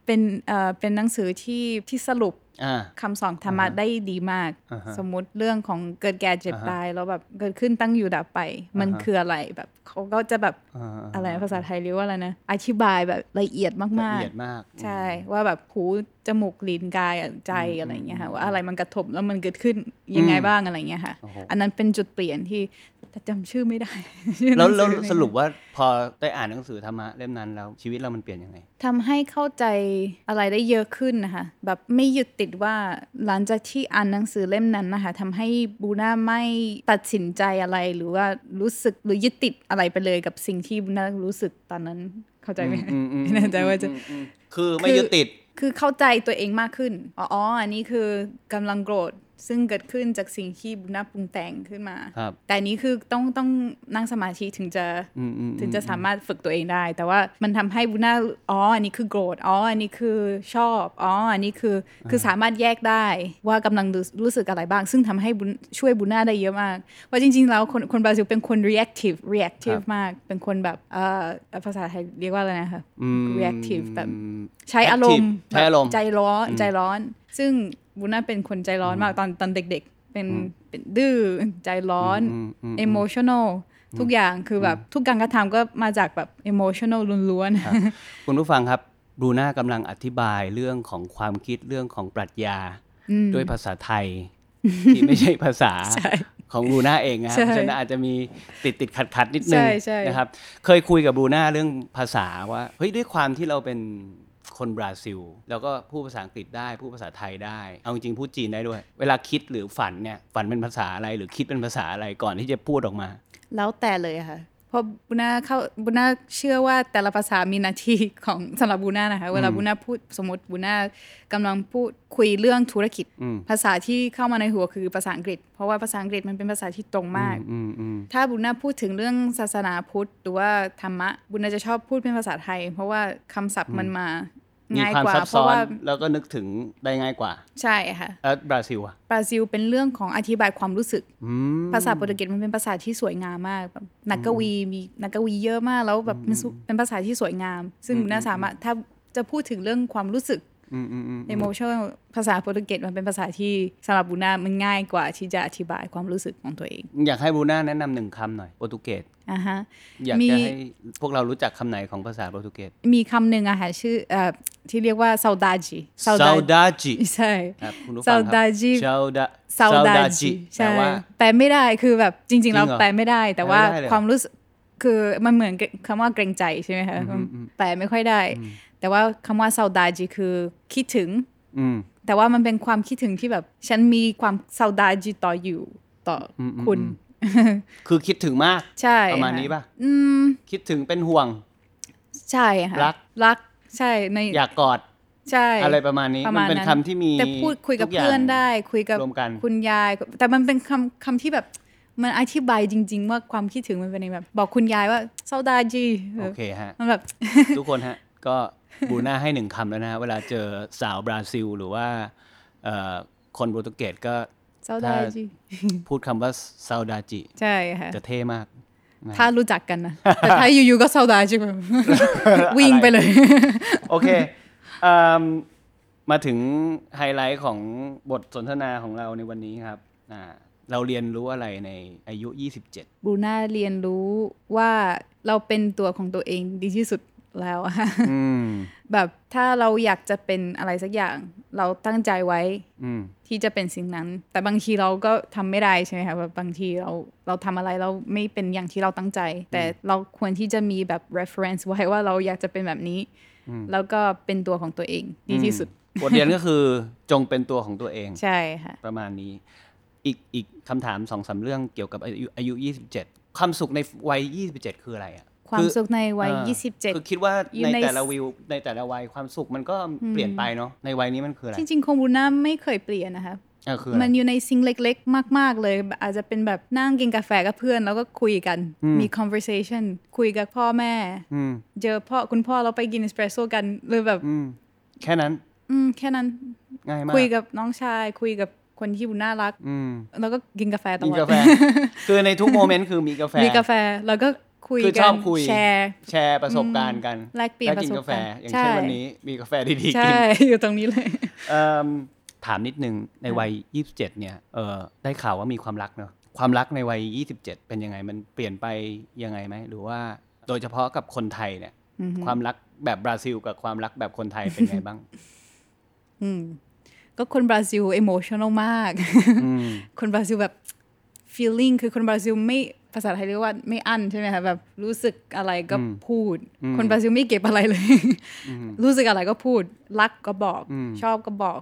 Speaker 1: เป็นเออเป็นหนังสือที่ที่สรุป
Speaker 4: อ่า
Speaker 1: คำสอนธรรมะได้ดีมาก
Speaker 4: อ่าฮะ
Speaker 1: สมมติเรื่องของเกิดแก่เจ็บ
Speaker 4: อ่าฮะ
Speaker 1: ตาย แล้วแบบเกิดขึ้นตั้งอยู่ดับไป มัน
Speaker 4: อ่าฮะ
Speaker 1: คืออะไรแบบเขาก็จะแบบ
Speaker 4: อ่า
Speaker 1: อะไรภาษาไทยเรียกว่าอะไรนะอธิบายแบบละเอียด
Speaker 4: ละ
Speaker 1: มาก
Speaker 4: เอียดมาก
Speaker 1: ๆ ใช่ ว่าแบบหูจมูกลิ้นกายอะใจอะไรอย่างเงี้ยค่ะว่าอะไรมันกระทบแล้วมันเกิดขึ้นยังไงบ้างอะไรอย่างเงี้ยค่ะ อันนั้นเป็นจุดเปลี่ยนที่แต่จำชื่อไม่ได้ชื่อห
Speaker 4: แล้
Speaker 1: นั
Speaker 4: ว
Speaker 1: งอ
Speaker 4: แล้ว
Speaker 1: ไม่
Speaker 4: สรุป
Speaker 1: ได้
Speaker 4: ว่าพอได้อ่านหนังสือธรรมะเล่มนั้นแล้วชีวิตเรามันเปลี่ยนยังไง
Speaker 1: ทำให้เข้าใจอะไรได้เยอะขึ้นนะคะ แบบไม่ยึดติดว่าหลังจากที่อ่านหนังสือเล่มนั้นนะคะทำให้บูน่าไม่ตัดสินใจอะไรหรือว่ารู้สึกหรือยึดติดอะไรไปเลยกับสิ่งที่บูน่ารู้สึกตอนนั้นเข้าใจไหม
Speaker 4: อืมอืมอืม
Speaker 1: ไม่แน่ใจว่าจะ
Speaker 4: คือไม่
Speaker 1: คือ
Speaker 4: ยึดติด
Speaker 1: คือเข้าใจตัวเองมากขึ้น อ๋ออ๋ออันนี้คือกำลังโกรธ ซึ่งเกิดขึ้นจากสิ่งที่บุญนาปรุงแต่งขึ้นมา
Speaker 4: ครับ
Speaker 1: แต่อันนี้คือต้องต้องนั่งสมาธิถึงจะ
Speaker 4: อืมอืมอืม
Speaker 1: ถึงจะสามารถฝึกตัวเองได้ แต่ว่ามันทำให้บุญนาอ๋อ อันนี้คือโกรธ อ๋อ อันนี้คือชอบ อ๋อ อันนี้คือ คือสามารถแยกได้ว่ากำลังรู้รู้สึกอะไรบ้าง ซึ่งทำให้บุญช่วยบุญนาได้เยอะมาก ว่าจริง ๆ แล้วคนคนบราซิลเป็นคน reactive reactive มาก เป็นคนแบบเอ่อภาษาไทยเรียกว่าอะไรนะคะ reactive แบบ ใช้อารมณ์
Speaker 4: Active ใช้อารมณ์
Speaker 1: แบบใจร้อนใจร้อน ซึ่งบุญน่าเป็นคนใจร้อนมากตอนตอนเด็กๆ เป็นเป็นดื้อใจร้อน emotional ทุกอย่างคือแบบทุกการกระทำก็มาจากแบบ emotional ล้วน
Speaker 4: คุณผู้ฟังครับบรูน่ากำลังอธิบายเรื่องของความคิดเรื่องของปรัชญาด้วยภาษาไทย ที่ไม่ใช่ภาษา
Speaker 1: ๆใช่
Speaker 4: ของบรูน่าเองนะครับ
Speaker 1: ใช่
Speaker 4: เพราะฉะนั้นอาจจะมีติดติดขัดขัดๆนิดนึง
Speaker 1: ใช่ใช่
Speaker 4: นะครับ เคยคุยกับบรูน่าเรื่องภาษาว่าเฮ้ยด้วยความที่เราเป็นคนบราซิล แล้วก็พูดภาษาอังกฤษได้พูดภาษาไทยได้ เอาจริงๆพูดจีนได้ด้วย เวลาคิดหรือฝันเนี่ยฝันเป็นภาษาอะไรหรือคิดเป็นภาษาอะไรก่อนที่จะพูดออกมา
Speaker 1: แล้วแต่เลยค่ะ เพราะบุญนาเข้าบุญนาเชื่อว่าแต่ละภาษามีหนาทีของ <laughs> สำหรับบุญนานะคะ เวลาบุญนาพูดสมมติบุญนากำลังพูดคุยเรื่องธุรกิจ
Speaker 4: อืม
Speaker 1: ภาษาที่เข้ามาในหัวคือภาษาอังกฤษ เพราะว่าภาษาอังกฤษมันเป็นภาษาที่ตรงมาก
Speaker 4: อืมอืม
Speaker 1: ถ้าบุญนาพูดถึงเรื่องศาสนาพุทธหรือว่าธรรมะ บุญนาจะชอบพูดเป็นภาษาไทย เพราะว่าคำศัพท์มันมา
Speaker 4: มี
Speaker 1: ง่าย
Speaker 4: ความ
Speaker 1: กว่า
Speaker 4: ซับ
Speaker 1: เพ
Speaker 4: ซ้อ
Speaker 1: ราะ
Speaker 4: น
Speaker 1: ว่า
Speaker 4: แล้วก็นึกถึงได้ง่ายกว่า
Speaker 1: ใช่ค่ะ
Speaker 4: แล้วบราซิลอ่ะ
Speaker 1: บราซิลเป็นเรื่องของอธิบายความรู้สึก
Speaker 4: อืม
Speaker 1: ภาษาโปรตุเกสมันเป็นภาษาที่สวยงามมากแบบนักกวีมีนักกวีเยอะมากแล้วแบบมันสุเป็นภาษาที่สวยงาม ซึ่งบุญนาสามารถถ้าจะพูดถึงเรื่องความรู้สึก
Speaker 4: อืมอืมอืม
Speaker 1: เอโมชั่นภาษาโปรตุเกสมันเป็นภาษาที่สำหรับบูน่ามันง่ายกว่าที่จะอธิบายความรู้สึกของตัวเอง
Speaker 4: อยากให้บรูน่าแนะนำหนึ่งคำหน่อยโปรตุเกส
Speaker 1: อ่ะฮะ
Speaker 4: อยาก
Speaker 1: มี
Speaker 4: จะให้พวกเรารู้จักคำไหนของภาษาโปรตุเกส
Speaker 1: มีคำหนึ่งอะค่ะชื่อเอ่อที่เรียกว่า saudade
Speaker 4: saudade
Speaker 1: ใช่
Speaker 4: ครับคุณผู้ฟังครับ
Speaker 1: saudade
Speaker 4: sauda
Speaker 1: ซาวดาจิ
Speaker 4: แปล
Speaker 1: ใช่
Speaker 4: ว่า
Speaker 1: แปลไม่ได้คือแบบจริง ๆ เรา
Speaker 4: จริงเหรอ
Speaker 1: แปลไม่ได้ แต่ว่า
Speaker 4: แปลไม่ได้เลยเหรอ
Speaker 1: ความรู้สึกคือมันเหมือนกับคำว่าเกรงใจใช่ไหมคะ
Speaker 4: อืมอืม
Speaker 1: แปลไม่ค่อยได้ แต่ว่าคำว่าซาวดาจิคือคิดถึง
Speaker 4: อืม
Speaker 1: แต่ว่ามันเป็นความคิดถึงที่แบบ ฉันมีความซาวดาจิต่ออยู่ต่ออ
Speaker 4: มอืม
Speaker 1: คุณ
Speaker 4: อื คือคิดถึงมาก
Speaker 1: ใช่
Speaker 4: ประมาณ
Speaker 1: ค่
Speaker 4: นี้ป่ะ
Speaker 1: อืม
Speaker 4: คิดถึงเป็นห่วง
Speaker 1: ใช่ค่ะ
Speaker 4: รัก
Speaker 1: รักใช่ใน
Speaker 4: อยากกอด
Speaker 1: ใช่
Speaker 4: อะไรประมาณนี้
Speaker 1: ประ
Speaker 4: มั
Speaker 1: มาณ
Speaker 4: นเป็น
Speaker 1: นั้น
Speaker 4: คำที่มี
Speaker 1: แต่พูดคุยกับ
Speaker 4: ทุาง
Speaker 1: เพื่อนได้คุยกับ
Speaker 4: รวมกัน
Speaker 1: คุณยาย แต่มันเป็นคำคำที่แบบมันอธิบายจริง ๆ ว่าความคิดถึงมันเป็นยังไงแบบ บอกคุณยายว่าเศร้าดาจี
Speaker 4: โอเคฮะ
Speaker 1: มันแบบ <laughs>
Speaker 4: ทุกคนฮะ ก็บูน่าให้หนึ่งคำแล้วนะฮะเวลาเจอสาวบราซิล หรือว่าเอ่อคนโปรตุเกสก็
Speaker 1: เศร้าดาจี
Speaker 4: พูดคำว่าซาวดาจิ
Speaker 1: ใช่ค่ะ
Speaker 4: จะเท่มาก
Speaker 1: ถ้ารู้จักกันนะ
Speaker 4: <laughs>
Speaker 1: แต่ถ้าอยู่ๆก็เศร้าดาจี <laughs> แบบ วิ่งไป
Speaker 4: <laughs>
Speaker 1: เลย
Speaker 4: โอเค <laughs> เอิ่มมาถึงไฮไลท์ของบทสนทนาของเราในวันนี้ครับอ่าเราเรียนรู้อะไรในอายุ 27
Speaker 1: บรูน่าเรียนรู้ว่าเราเป็นตัวของตัวเองดีที่สุดแล้วอะ <laughs>
Speaker 4: อืม
Speaker 1: แบบถ้าเราอยากจะเป็นอะไรสักอย่าง เราตั้งใจไว้
Speaker 4: อืม
Speaker 1: ที่จะเป็นสิ่งนั้น แต่บางทีเราก็ทำไม่ได้ใช่ไหมคะแบบบางทีเราเราทำอะไรเราไม่เป็นอย่างที่เราตั้งใจ แต่เราควรที่จะมีแบบ reference ไว้ว่าเราอยากจะเป็นแบบนี้ แล้วก็เป็นตัวของตัวเองดีที่สุด
Speaker 4: บทเรียนก็คือจงเป็นตัวของตัวเอง
Speaker 1: ใช่ค่ะ
Speaker 4: ประมาณนี้ อีกอีกคำถามสองสามเรื่องเกี่ยวกับอายุอายุ 27 ความสุขในวัย 27 คืออะไรอ่ะ
Speaker 1: ความ
Speaker 4: อ
Speaker 1: สุขในวัย
Speaker 4: เออ
Speaker 1: 27
Speaker 4: คือคิดว่า
Speaker 1: อยู่
Speaker 4: ใน
Speaker 1: ใน
Speaker 4: แต่ละวิวในแต่ละวัยความสุขมันก็เปลี่ยนไปเนาะในวัยนี้มันคืออะไร
Speaker 1: จริงๆคงบูน่าไม่เคยเปลี่ยนนะคะ
Speaker 4: อ่ะคืออะไร
Speaker 1: มันอยู่ในสิ่งเล็กๆ มาก ๆ เลย อาจจะเป็นแบบนั่งกินกาแฟกับเพื่อน แล้วก็คุยกัน มี conversation คุยกับพ่อแม่
Speaker 4: อืม
Speaker 1: เจอพ่อคุณพ่อเราไปกินเอสเปรสโซ่กันหรือแบบ
Speaker 4: อืม แค่นั้น
Speaker 1: อืม แค่นั้น
Speaker 4: ง่ายมาก
Speaker 1: คุยกับน้องชาย คุยกับคนที่บุน่ารัก
Speaker 4: อืม
Speaker 1: แล้วก็กินกาแฟตลอด
Speaker 4: กินกาแฟ คือในทุกโมเมนต์คือมีกาแฟ
Speaker 1: <laughs> มีกาแฟแล้วก็คุย
Speaker 4: คือ
Speaker 1: กั
Speaker 4: ชอน บคุย
Speaker 1: แชร์
Speaker 4: แชร์ประสบการณ์กัน
Speaker 1: แลกเปลี่ยน
Speaker 4: กิน
Speaker 1: ประส
Speaker 4: กา
Speaker 1: บ
Speaker 4: แฟ
Speaker 1: การณ์
Speaker 4: อย่างเช่น
Speaker 1: ใช่
Speaker 4: วันนี้มีกาแฟดีๆ
Speaker 1: ใช่ <laughs>
Speaker 4: กิน
Speaker 1: อยู่ตรงนี้เลย
Speaker 4: เอิ่มถามนิดนึงในวัย 27 เนี่ยเออได้ข่าวว่ามีความรักเนอะความรักในวัย 27 เป็นยังไงมันเปลี่ยนไปยังไงไหม หรือว่าโดยเฉพาะกับคนไทยเนี่ย ความรักแบบบราซิล กับความรักแบบคนไทยเป็นไง
Speaker 1: <laughs>
Speaker 4: บ้าง
Speaker 1: อืมก็คนบราซิล emotional มาก
Speaker 4: อืม
Speaker 1: คนบราซิลแบบ feeling คือคนบราซิลไม่ภาษาไทยเรียกว่าไม่อั้นใช่ไหมคะแบบรู้สึกอะไรก็พูด คนบราซิลไม่เก็บอะไรเลย รู้สึกอะไรก็พูด รักก็บอก ชอบก็บอก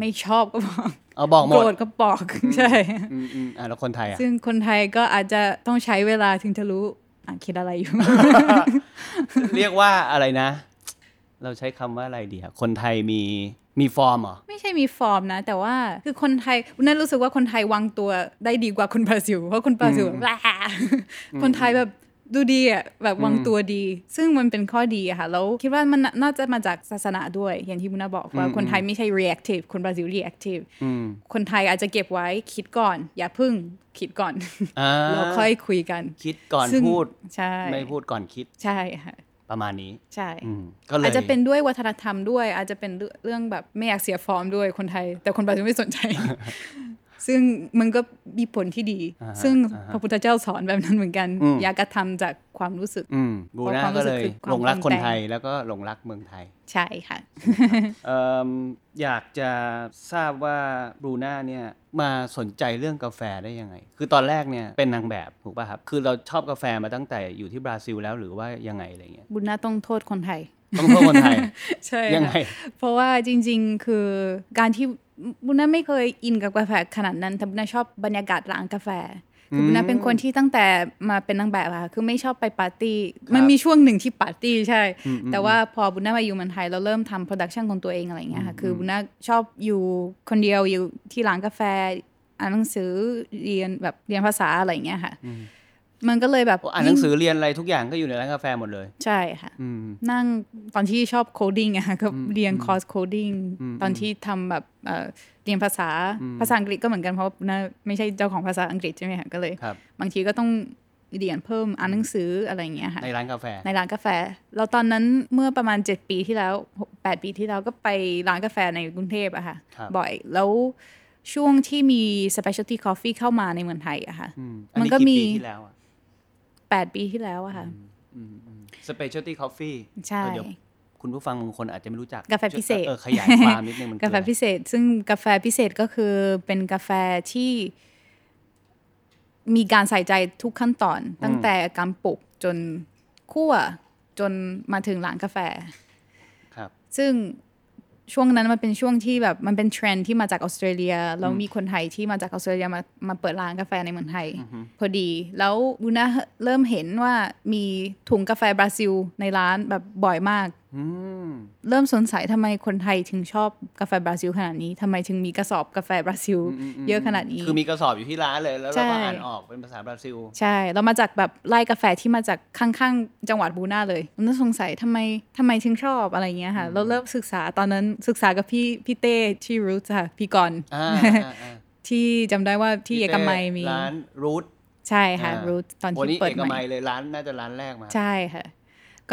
Speaker 1: ไม่ชอบก็บอก
Speaker 4: เอาบอกหม
Speaker 1: โกรธ
Speaker 4: ด
Speaker 1: ก็บอกใช่
Speaker 4: อืมอืมอ่ะแล้วคนไทยอ่ะ
Speaker 1: ซึ่งคนไทยก็อาจจะต้องใช้เวลาถึงจะรู้อ่ะคิดอะไรอยู่
Speaker 4: <laughs> เรียกว่าอะไรนะ เราใช้คำว่าอะไรดีอะคนไทยมีมีฟอร์มเหรอ
Speaker 1: <laughs> ไม่ใช่มีฟอร์มนะ แต่ว่าคือคนไทยนั่นรู้สึกว่าคนไทยวางตัวได้ดีกว่าคนบราซิล เพราะคนบราซิลแบบแหละ <laughs> คนไทยแบบดูดีอ่ะแบบวางตัวดี ซึ่งมันเป็นข้อดีอะค่ะแล้วคิดว่ามันน่าจะมาจากศาสนาด้วย อย่างที่มุนาบอกว่าคนไทยไม่ใช่ reactive คนบราซิล reactive คนไทยอาจจะเก็บไว้คิดก่อน อย่าพึ่งคิดก่อน
Speaker 4: อ่า
Speaker 1: แล้วค่อยคุยกัน
Speaker 4: คิดก่อน
Speaker 1: ซึ่ง
Speaker 4: พูด
Speaker 1: ใช่
Speaker 4: ไม่พูดก่อนคิด
Speaker 1: ใช่ค่ะ
Speaker 4: ประมาณนี้
Speaker 1: ใช่
Speaker 4: อืมก็เลย
Speaker 1: อาจจะเป็นด้วยวัฒนธรรมด้วย อาจจะเป็นเรื่องเรื่องแบบไม่อยากเสียฟอร์มด้วยคนไทย แต่คนบราซิลไม่สน <laughs> ใจ ซึ่งมันก็มีผลที่ดี ซึ่งพระพุทธเจ้าสอนแบบนั้นเหมือนกัน อย่ากระทำจากความรู้สึก
Speaker 4: อืมบูน่า
Speaker 1: ความรู้
Speaker 4: ก็
Speaker 1: สึ
Speaker 4: เล
Speaker 1: ก
Speaker 4: ย
Speaker 1: คือความ
Speaker 4: หลงรักคน
Speaker 1: ปรุงแต่ง
Speaker 4: ไทยแล้วก็หลงรักเมืองไทย
Speaker 1: ใช่ค่ะ
Speaker 4: เอ่มอยากจะทราบว่าบูน่าเนี่ยมาสนใจเรื่องกาแฟได้ยังไง คือตอนแรกเนี่ยเป็นนางแบบถูกป่ะครับ คือเราชอบกาแฟมาตั้งแต่อยู่ที่บราซิลแล้วหรือว่ายังไงอะไรเงี้ย
Speaker 1: บุญนาต้องโทษคนไทย
Speaker 4: ต้องโทษคนไทย
Speaker 1: <laughs> ใช่
Speaker 4: ยังไง
Speaker 1: ค่ะเพราะว่าจริงๆ คือการที่บุญนาไม่เคยอินกับกาแฟขนาดนั้น แต่บุญนาชอบบรรยากาศร้านกาแฟ คือบุญนาเป็นคนที่ตั้งแต่มาเป็นนางแบบอะค่ะคือไม่ชอบไปปาร์ตี้ มันมีช่วงหนึ่งที่ปาร์ตี้ใช่ แต่ว่าพอบุญนามาอยู่เมืองไทยเราเริ่มทำโปรดักชันของตัวเองอะไรอย่างเงี้ยค่ะ คือบุญนาชอบอยู่คนเดียวอยู่ที่ร้านกาแฟ อ่านหนังสือเรียนแบบเรียนภาษาอะไรอย่างเงี้ยค่ะ มันก็เลยแบบ
Speaker 4: อ่านหนังสือเรียนอะไรทุกอย่างก็อยู่ในร้านกาแฟหมดเลย
Speaker 1: ใช่ค่ะ
Speaker 4: อืม
Speaker 1: นั่งตอนที่ชอบโคดิ้งอะค่ะก็เรียนคอร์สโคดิ้งตอนที่ทำแบบเอ่อเรียนภาษาภาษาอังกฤษก็เหมือนกันเพราะว่าน่าไม่ใช่เจ้าของภาษาอังกฤษใช่ไหมคะก็เลย
Speaker 4: ครับ
Speaker 1: งทีก็ต้อง เรียนเพิ่มอ่านหนังสืออะไรอย่างเงี้ยค่ะ
Speaker 4: ในร้านกาแฟ
Speaker 1: ในร้านกาแฟ เราตอนนั้นเมื่อประมาณ 7 ปีที่แล้วหก8ปีที่แล้วก็ไปร้านกาแฟในกรุงเทพอะค่ะ
Speaker 4: ครับ
Speaker 1: บ่อย แล้วช่วงที่มี specialty coffee เข้ามาในเมืองไทยอะค่ะ
Speaker 4: อืม
Speaker 1: มันก็มี
Speaker 4: อัปีที่แล้วอะ
Speaker 1: 8 ปีที่แล้วอะค่ะ
Speaker 4: สเปเชียลตี้คอฟฟี่
Speaker 1: ใช่
Speaker 4: เดี๋ยวคุณผู้ฟังบางคนอาจจะไม่รู้จัก
Speaker 1: กาแฟพิเศษ
Speaker 4: เออขยายความนิดนึงมันคือก
Speaker 1: า
Speaker 4: อะ
Speaker 1: แฟ
Speaker 4: ไร
Speaker 1: พิเศษ ซึ่งกาแฟพิเศษก็คือเป็นกาแฟที่มีการใส่ใจทุกขั้นตอน ตั้งแต่การปลูกจนคั่วจนมาถึงร้านกาแฟ
Speaker 4: ครับ
Speaker 1: ซึ่งช่วงนั้นมันเป็นช่วงที่แบบมันเป็นเทรนด์ที่มาจากออสเตรเลียแล้วมีคนไทยที่มาจากออสเตรเลียมามาเปิดร้านกาแฟในเมืองไทย พอดี แล้วบูน่าเริ่มเห็นว่ามีถุงกาแฟบราซิลในร้านแบบบ่อยมาก
Speaker 4: อืม
Speaker 1: เริ่มสงสัยทำไมคนไทยถึงชอบกาแฟบราซิลขนาดนี้ทำไมถึงมีกระสอบกาแฟบราซิลเยอะขนาดนี้
Speaker 4: คือมีกระสอบอยู่ที่ร้านเลย แล้วเราก็อ่านออกเป็นภาษาบราซิล
Speaker 1: ใช่ เรามาจากแบบไล่กาแฟที่มาจากข้างๆ จังหวัดบูน่าเลยผมก็สงสัยทำไมทำไมถึงชอบอะไรเงี้ยค่ะ เราเริ่มศึกษาตอนนั้นศึกษากับพี่พี่เต้ที่รูทค่ะ พี่กรณ์
Speaker 4: อ่าอ่าอ่า
Speaker 1: ที่จำได้ว่าที่เอกมัยมี
Speaker 4: ร้านรูท
Speaker 1: ใช่ค่ะรูทตอน
Speaker 4: วัน
Speaker 1: ที่
Speaker 4: นี้
Speaker 1: เปิ
Speaker 4: เอ
Speaker 1: ด
Speaker 4: ก
Speaker 1: ให
Speaker 4: มั
Speaker 1: ม่
Speaker 4: ยเลยร้านน่าจะร้านแรกมา
Speaker 1: ใช่ค่ะ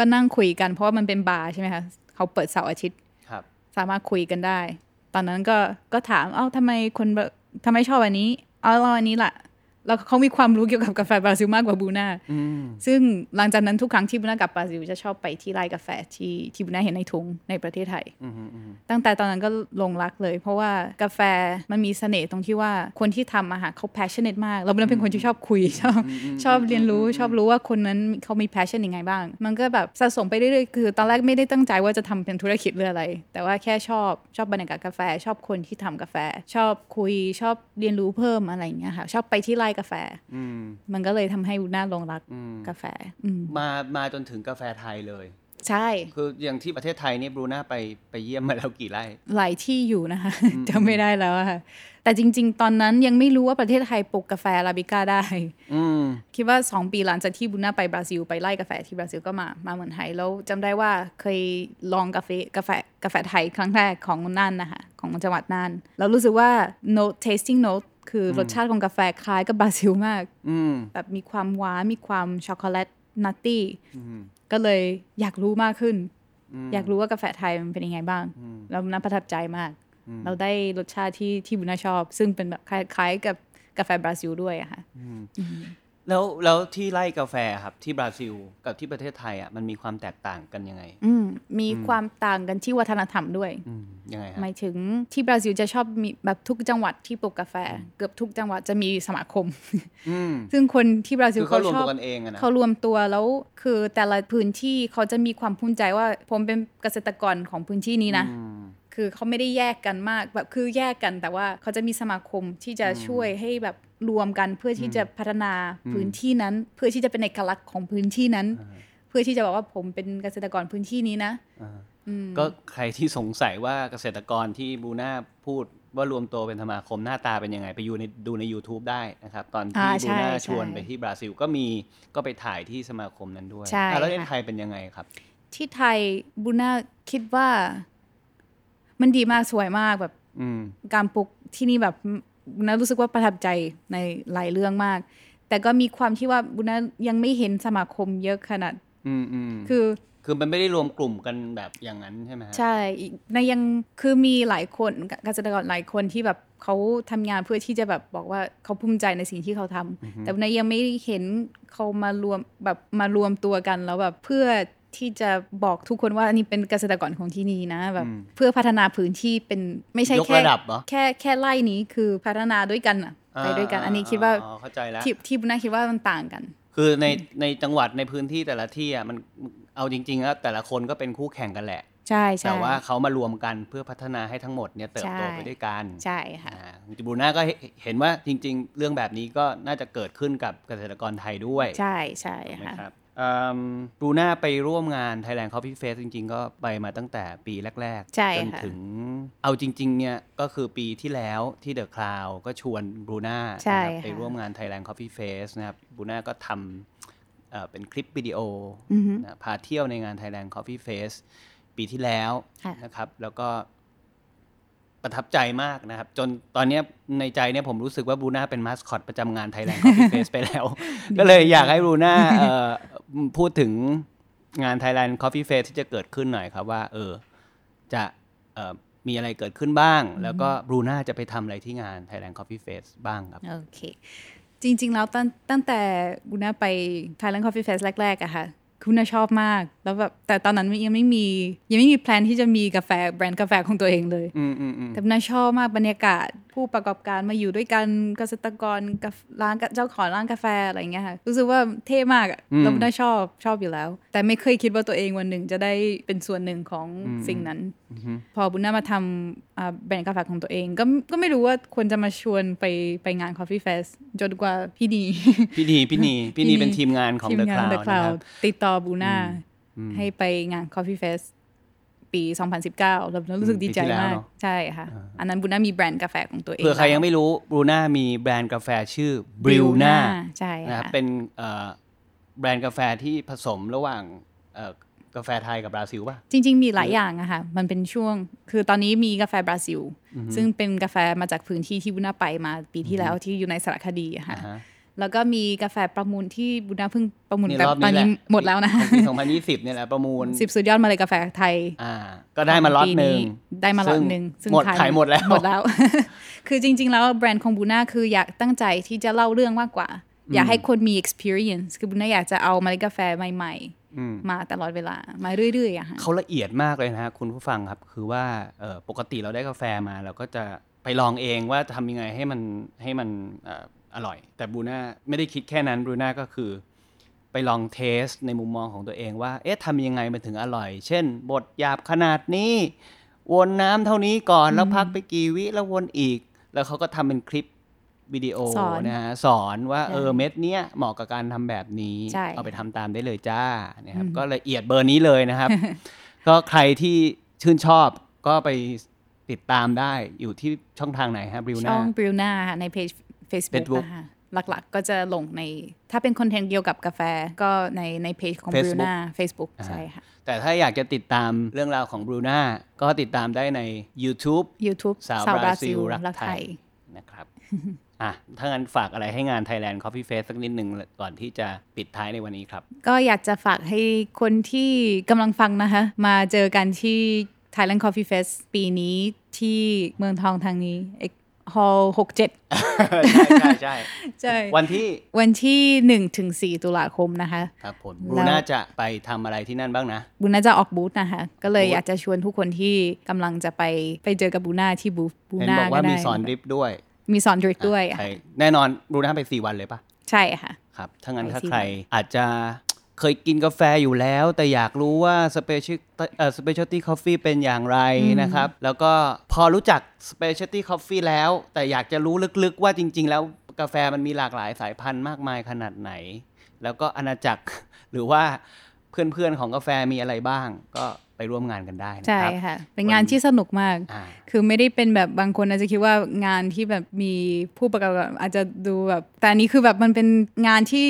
Speaker 1: ก็นั่งคุยกันเพราะว่ามันเป็นบาร์ใช่ไหมคะเขาเปิดเสาร์อาทิตย์
Speaker 4: ครับ
Speaker 1: สามารถคุยกันได้ ตอนนั้นก็ก็ถาม เอ้าทำไมคนบราทำไมชอบอันนี้เอาเราอันนี้ล่ะ แล้วเขามีความรู้เกี่ยวกับกาแฟบราซิลมากกว่าบูน่า
Speaker 4: อืม
Speaker 1: ซึ่งหลังจากนั้นทุกครั้งที่บุน่ากลับบราซิลจะชอบไปที่ไร่กาแฟที่ที่บุน่าเห็นในถุงในประเทศไทย
Speaker 4: อืมอืมอืม
Speaker 1: ตั้งแต่ตอนนั้นก็หลงรักเลย เพราะว่ากาแฟมันมีเสน่ห์ตรงที่ว่าคนที่ทำอาหารเขา passionate มาก เราเป็นคนที่ชอบคุย <laughs> ชอบชอบเรียนรู้ชอบรู้ว่าคนนั้นเขามี passion ยังไงบ้าง มันก็แบบสะสมไปเรื่อยๆคือ ตอนแรกไม่ได้ตั้งใจว่าจะทำเป็นธุรกิจหรืออะไร แต่ว่าแค่ชอบชอบบรรยากาศกาแฟ ชอบคนที่ทำกาแฟ ชอบคุยชอบเรียนรู้เพิ่มอะไรอย่างเงี้ยค่ะชอบไปที่ไร่กาแฟ
Speaker 4: อืม
Speaker 1: มันก็เลยทำให้บุน่าหลงรัก
Speaker 4: อืม
Speaker 1: กาแฟอืม
Speaker 4: มา มาจนถึงกาแฟไทยเลย
Speaker 1: ใช่
Speaker 4: คืออย่างที่ประเทศไทยนี่บรูน่าไปไปเยี่ยมมาแล้วกี่ไร่
Speaker 1: หลายที่อยู่นะคะจำไม่ได้แล้วอะค่ะ แต่จริง ๆ ตอนนั้นยังไม่รู้ว่าประเทศไทยปลูกกาแฟอาราบิก้าได้
Speaker 4: อืม
Speaker 1: คิดว่า 2 ปีหลังจากที่บุญนาไปบราซิล ไปไล่กาแฟที่บราซิลก็มามาเมืองไทย แล้วจำได้ว่าเคยลองกาแฟกาแฟกาแฟไทยครั้งแรกของน่านนะคะของจังหวัดน่านแล้วรู้สึกว่า note tasting note คือรสชาติของกาแฟคล้ายกับบราซิลมาก
Speaker 4: อืม
Speaker 1: แบบมีความหวานมีความช็อกโกแลตนัตตี้ก็เลยอยากรู้มากขึ้น อยากรู้ว่ากาแฟไทยมันเป็นยังไงบ้าง แล้วน่าประทับใจมาก เราได้รสชาติที่ที่บุญนาชอบ ซึ่งเป็นแบบคล้ายๆกับกาแฟบราซิลด้วยอะค่ะ
Speaker 4: แล้ว แล้วที่ไร่กาแฟครับที่บราซิล กับที่ประเทศไทยอ่ะ มันมีความแตกต่างกันยังไง
Speaker 1: อืมมีความต่างกันที่วัฒนธรรมด้วย
Speaker 4: อืม ยังไงฮะ
Speaker 1: หมายถึงที่บราซิลจะชอบมีแบบทุกจังหวัดที่ปลูกกาแฟ เกือบทุกจังหวัดจะมีสมาคม
Speaker 4: อืม
Speaker 1: ซึ่งคนที่บราซิล
Speaker 4: คือเขารวม
Speaker 1: ชอ
Speaker 4: ตั
Speaker 1: บ
Speaker 4: วกันเองอะนะ
Speaker 1: เขารวมตัวแล้วคือแต่ละพื้นที่เขาจะมีความภูมิใจว่าผมเป็นเกษตรกรของพื้นที่นี้นะ คือเขาไม่ได้แยกกันมากแบบคือแยกกันแต่ว่าเขาจะมีสมาคมที่จะช่วยให้แบบรวมกันเพื่อที่จะพัฒนาพื้นที่นั้น เพื่อที่จะเป็นเอกลักษณ์ของพื้นที่นั้น เพื่อที่จะบอกว่าผมเป็นเกษตรกรพื้นที่นี้นะ
Speaker 4: ก็ใครที่สงสัยว่าเกษตรกรที่บูน่าพูดว่ารวมตัวเป็นสมาคมหน้าตาเป็นยังไง ไปอยู่ในดูใน YouTube ได้นะครับ ตอนที่
Speaker 1: อ่า
Speaker 4: บู
Speaker 1: ใช่
Speaker 4: น่า
Speaker 1: ใช่
Speaker 4: ชวนไปที่บราซิลก็มีก็ไปถ่ายที่สมาคมนั้นด้วย
Speaker 1: ใช่
Speaker 4: อ่ะแล้วใน
Speaker 1: ค่ะ
Speaker 4: ไทยเป็นยังไงครับ
Speaker 1: ที่ไทยบุน่าคิดว่ามันดีมากสวยมากแบบ
Speaker 4: อืม
Speaker 1: การปลุกที่นี่แบบบุญนารู้สึกว่าประทับใจในหลายเรื่องมาก แต่ก็มีความที่ว่าบุญนายังไม่เห็นสมาคมเยอะขนาด
Speaker 4: อืมอืม
Speaker 1: คือ
Speaker 4: คือมันไม่ได้รวมกลุ่มกันแบบอย่างนั้นใช่ไหมฮะ
Speaker 1: ใช่ในยังคือมีหลายคนเกเกษตรกรหลายคนที่แบบเขาทำงานเพื่อที่จะแบบบอกว่าเขาภูมิใจในสิ่งที่เขาทำแต่บุญนายังไม่เห็นเขามารวมแบบมารวมตัวกันแล้วแบบเพื่อที่จะบอกทุกคนว่านี่เป็นเกษตรกรของที่นี่นะแบบเพื่อพัฒนาพื้นที่เป็นไม่ใช่
Speaker 4: ยก
Speaker 1: แค่
Speaker 4: ระดับเหรอ
Speaker 1: แค่แค่ไล่นี้คือพัฒนาด้วยกันอะไปด้วยกัน อันนี้คิดว่า
Speaker 4: อ๋อเข้าใจแล้ว
Speaker 1: ที่ที่บุญนาคิดว่ามันต่างกัน
Speaker 4: คือในในจังหวัดในพื้นที่แต่ละที่อ่ะมันเอาจริงๆแล้วแต่ละคนก็เป็นคู่แข่งกันแหละ
Speaker 1: ใช่ใช่
Speaker 4: แต่ว่าเขามารวมกันเพื่อพัฒนาให้ทั้งหมดเนี่ยเติบโต
Speaker 1: ใช่
Speaker 4: ไปด้วยกัน
Speaker 1: ใช่ค่ะ
Speaker 4: อ่าบรูน่าก็เห็นเห็นว่าจริงๆ เรื่องแบบนี้ก็น่าจะเกิดขึ้นกับเกษตรกรไทยด้วย
Speaker 1: ใช่ใช่
Speaker 4: ถูกไหม
Speaker 1: ค่ะ
Speaker 4: ครับเอิ่มบรูน่าไปร่วมงาน Thailand Coffee Fest จริงๆ ก็ไปมาตั้งแต่ปีแรก
Speaker 1: ใช่
Speaker 4: ๆ จน
Speaker 1: ค่ะ
Speaker 4: ถึงเอาจริง ๆ เนี่ยก็คือปีที่แล้วที่ The Cloud ก็ชวนบรูน่า
Speaker 1: ใช่
Speaker 4: นะครับ
Speaker 1: ค่ะ
Speaker 4: ไปร่วมงาน Thailand Coffee Fest นะครับบรูน่าก็ทำเอ่อเป็นคลิปวิดีโอ
Speaker 1: อือฮึ
Speaker 4: นะพาเที่ยวในงาน Thailand Coffee Fest ปีที่แล้ว
Speaker 1: ค่ะ
Speaker 4: นะครับแล้วก็ ประทับใจมากนะครับ จนตอนเนี้ยในใจเนี่ยผมรู้สึกว่าบรูน่าเป็นมาสคอตประจำงานไทยแลนด์คอฟฟี่เฟสไปแล้ว ก็เลยอยากให้บรูน่าเอ่อพูดถึงงานไทยแลนด์คอฟฟี่เฟสที่จะเกิดขึ้นหน่อยครับว่า เออ จะเอ่อมีอะไรเกิดขึ้นบ้าง แล้วก็บรูน่าจะไปทำอะไรที่งาน Thailand Coffee Fest บ้างครับ
Speaker 1: โอเค จริง ๆ แล้วตั้งตั้งแต่บุน่าไป Thailand Coffee Fest แรก ๆอะค่ะ คุณน่าชอบมาก แล้วแบบแต่ตอนนั้นยังไม่มียังไม่มีแพลนที่จะมีกาแฟแบรนด์กาแฟของตัวเองเลย
Speaker 4: อืมอืมอืม
Speaker 1: แต่น่าชอบมากบรรยากาศผู้ประกอบการมาอยู่ด้วยกันเกษตรกรกับร้านกาเจ้าของร้านกาแฟอะไรอย่างเงี้ยค่ะรู้สึกว่าเท่มากอะแล้วน่าชอบชอบอยู่แล้ว แต่ไม่เคยคิดว่าตัวเองวันหนึ่งจะได้เป็นส่วนหนึ่งของสิ่งนั้น พอบุญนามาทำอ่าแบรนด์กาแฟของตัวเอง ก็ก็ไม่รู้ว่าควรจะมาชวนไปไปงาน Coffee Fest จนกว่าพี่ดี
Speaker 4: พี่นีพี่นีพี่
Speaker 1: พี่
Speaker 4: นี
Speaker 1: นี
Speaker 4: เป็นทีมงานของ
Speaker 1: ทีม
Speaker 4: The
Speaker 1: งาน
Speaker 4: Cloud
Speaker 1: The
Speaker 4: นะครั
Speaker 1: Cloud
Speaker 4: บ
Speaker 1: ติดต่อบูน่าให้ไปงาน Coffee Fest ปี 2019แล้วรู้สึกดีใจ
Speaker 4: ปีที่แล้ว
Speaker 1: มาก
Speaker 4: เนอะ
Speaker 1: ใช่ค่ะ อันนั้นบูน่ามีแบรนด์กาแฟของตัวเอง
Speaker 4: เผื่อใครยัง
Speaker 1: แล้ว
Speaker 4: ไม่รู้บรูน่ามีแบรนด์กาแฟชื่อบริวน่า
Speaker 1: ใช่
Speaker 4: นะครับ
Speaker 1: ค่ะ
Speaker 4: เป็นเอ่อแบรนด์กาแฟที่ผสมระหว่างเอ่อกาแฟไทยกับบราซิลป่ะ
Speaker 1: จริง ๆ มีหลายอย่างอะค่ะ มันเป็นช่วง คือตอนนี้มีกาแฟบราซิล ซึ่งเป็นกาแฟมาจากพื้นที่ที่บุน่าไปมาปีที่แล้วที่อยู่ในสารคดีอะค่ะ
Speaker 4: อ่าฮะ
Speaker 1: แล้วก็มีกาแฟประมูลที่บุน่าเพิ่งประมูล
Speaker 4: นี่
Speaker 1: แต่
Speaker 4: รอบ
Speaker 1: ตอน
Speaker 4: นี้แห
Speaker 1: นี้
Speaker 4: ละ
Speaker 1: หมดแล้วนะ
Speaker 4: ของปี2020เนี่ยแหละประมูล
Speaker 1: สิบสุดยอดมาเลยกาแฟไทย
Speaker 4: อ่า ก็ได้มาล็อตหนึ่ง
Speaker 1: ได้มาล็อตหนึ่ง
Speaker 4: ซึ่งหมด
Speaker 1: ไ
Speaker 4: ขายหมดแล้ว
Speaker 1: หมดแล้ว <laughs> คือจริง ๆ แล้วแบรนด์ของบูน่าคืออยากตั้งใจที่จะเล่าเรื่องมากกว่า อยากให้คนมี experience คือบูน่าอยากจะเอาเมล็ดกาแฟใหม่ ๆ มาตลอดเวลา มาเรื่อยๆอะค่ะ
Speaker 4: เขาละเอียดมากเลยนะฮะคุณผู้ฟังครับ คือว่าเอ่อปกติเราได้กาแฟมาเราก็จะไปลองเองว่าจะทำยังไงให้มันให้มันเอ่ออร่อย แต่บรูน่าไม่ได้คิดแค่นั้นบรูน่าก็คือ ไปลองเทสในมุมมองของตัวเองว่า เอ๊ะทำยังไงมันถึงอร่อย เช่น บดหยาบขนาดนี้ วนน้ำเท่านี้ก่อนแล้วพักไปกี่วิแล้ววนอีก แล้วเขาก็ทำเป็นคลิปวิดีโอนะฮะสอนว่าเออเม็ดเนี้ยเหมาะกับการทำแบบนี้
Speaker 1: ใช่
Speaker 4: เอาไปทำตามได้เลยจ้านะครับก็ละเอียดเบอร์นี้เลยนะครับ <laughs> ก็ใครที่ชื่นชอบก็ไปติดตามได้อยู่ที่ช่องทางไหนครับริว
Speaker 1: ช่
Speaker 4: นา
Speaker 1: องบิวนาค่ะในเพจ
Speaker 4: Facebook
Speaker 1: Facebook นะคะหลักๆ ก็จะลงใน ถ้าเป็นคอนเทนต์เกี่ยวกับกาแฟก็ในในเพจของบิว
Speaker 4: Facebook
Speaker 1: นา Facebook
Speaker 4: อ่า
Speaker 1: ใช่ค่ะ
Speaker 4: แต่ถ้าอยากจะติดตามเรื่องราวของบรูน่าก็ติดตามได้ใน YouTube
Speaker 1: YouTube
Speaker 4: สาว
Speaker 1: สาว
Speaker 4: บบ รา
Speaker 1: รา
Speaker 4: ซิ
Speaker 1: ซิ
Speaker 4: ล
Speaker 1: ล
Speaker 4: รั
Speaker 1: รั
Speaker 4: ก
Speaker 1: ก
Speaker 4: ไท
Speaker 1: ไท
Speaker 4: ย
Speaker 1: ย
Speaker 4: นะครับ อ่ะ ถ้างั้นฝากอะไรให้งาน Thailand Coffee Fest สักนิดหนึ่งก่อนที่จะปิดท้ายในวันนี้ครับ
Speaker 1: ก็อยากจะฝากให้คนที่กำลังฟังนะคะ มาเจอกันที่ Thailand Coffee Fest ปีนี้ที่เมืองทองทางนี้ฮอลหกเจ็ด
Speaker 4: <laughs> ใช่ใช่ใช่
Speaker 1: ใช่
Speaker 4: วันที่
Speaker 1: วันที่หนึ่งถึงสี่ตุลาคมนะคะ
Speaker 4: ครับผม
Speaker 1: แล้ว
Speaker 4: บรูน่าจะไปทำอะไรที่นั่นบ้างนะ
Speaker 1: บุญน่าจะออกบูธนะคะ ก็เลย
Speaker 4: บูธ
Speaker 1: อยากจะชวนทุกคนที่กำลังจะไปไปเจอกับบูน่าที่บูบู
Speaker 4: เห็น
Speaker 1: น่า
Speaker 4: บอกว่า
Speaker 1: ก็ได้
Speaker 4: มีสอนดริฟด้วย
Speaker 1: มีสอนดริฟด้วย
Speaker 4: อ่ะ
Speaker 1: อะ
Speaker 4: ไปแน่นอนบรูน่าไป 4 วันเลยปะ
Speaker 1: ใช่ค่ะ
Speaker 4: ครับถ้างั้น
Speaker 1: ไป
Speaker 4: ถ้า
Speaker 1: สิ
Speaker 4: ใครอาจจะเคยกินกาแฟอยู่แล้ว แต่อยากรู้ว่าสเปเชียลเอ่อสเปเชียลตี้คอฟฟี่เป็นอย่างไรนะครับ แล้วก็พอรู้จักสเปเชียลตี้คอฟฟี่แล้ว แต่อยากจะรู้ลึกๆว่าจริง ๆ แล้วกาแฟมันมีหลากหลายสายพันธุ์มากมายขนาดไหน แล้วก็อาณาจักร <laughs> หรือว่าเพื่อนๆของกาแฟมีอะไรบ้าง ก็ไปร่วมงานกันได้นะ
Speaker 1: ใช่
Speaker 4: ครับ
Speaker 1: ค่ะ เป็นงานที่สนุกมาก
Speaker 4: อ่า
Speaker 1: คือไม่ได้เป็นแบบบางคนอาจจะคิดว่างานที่แบบมีผู้ประกอบการอาจจะดูแบบ แต่อันนี้คือแบบมันเป็นงานที่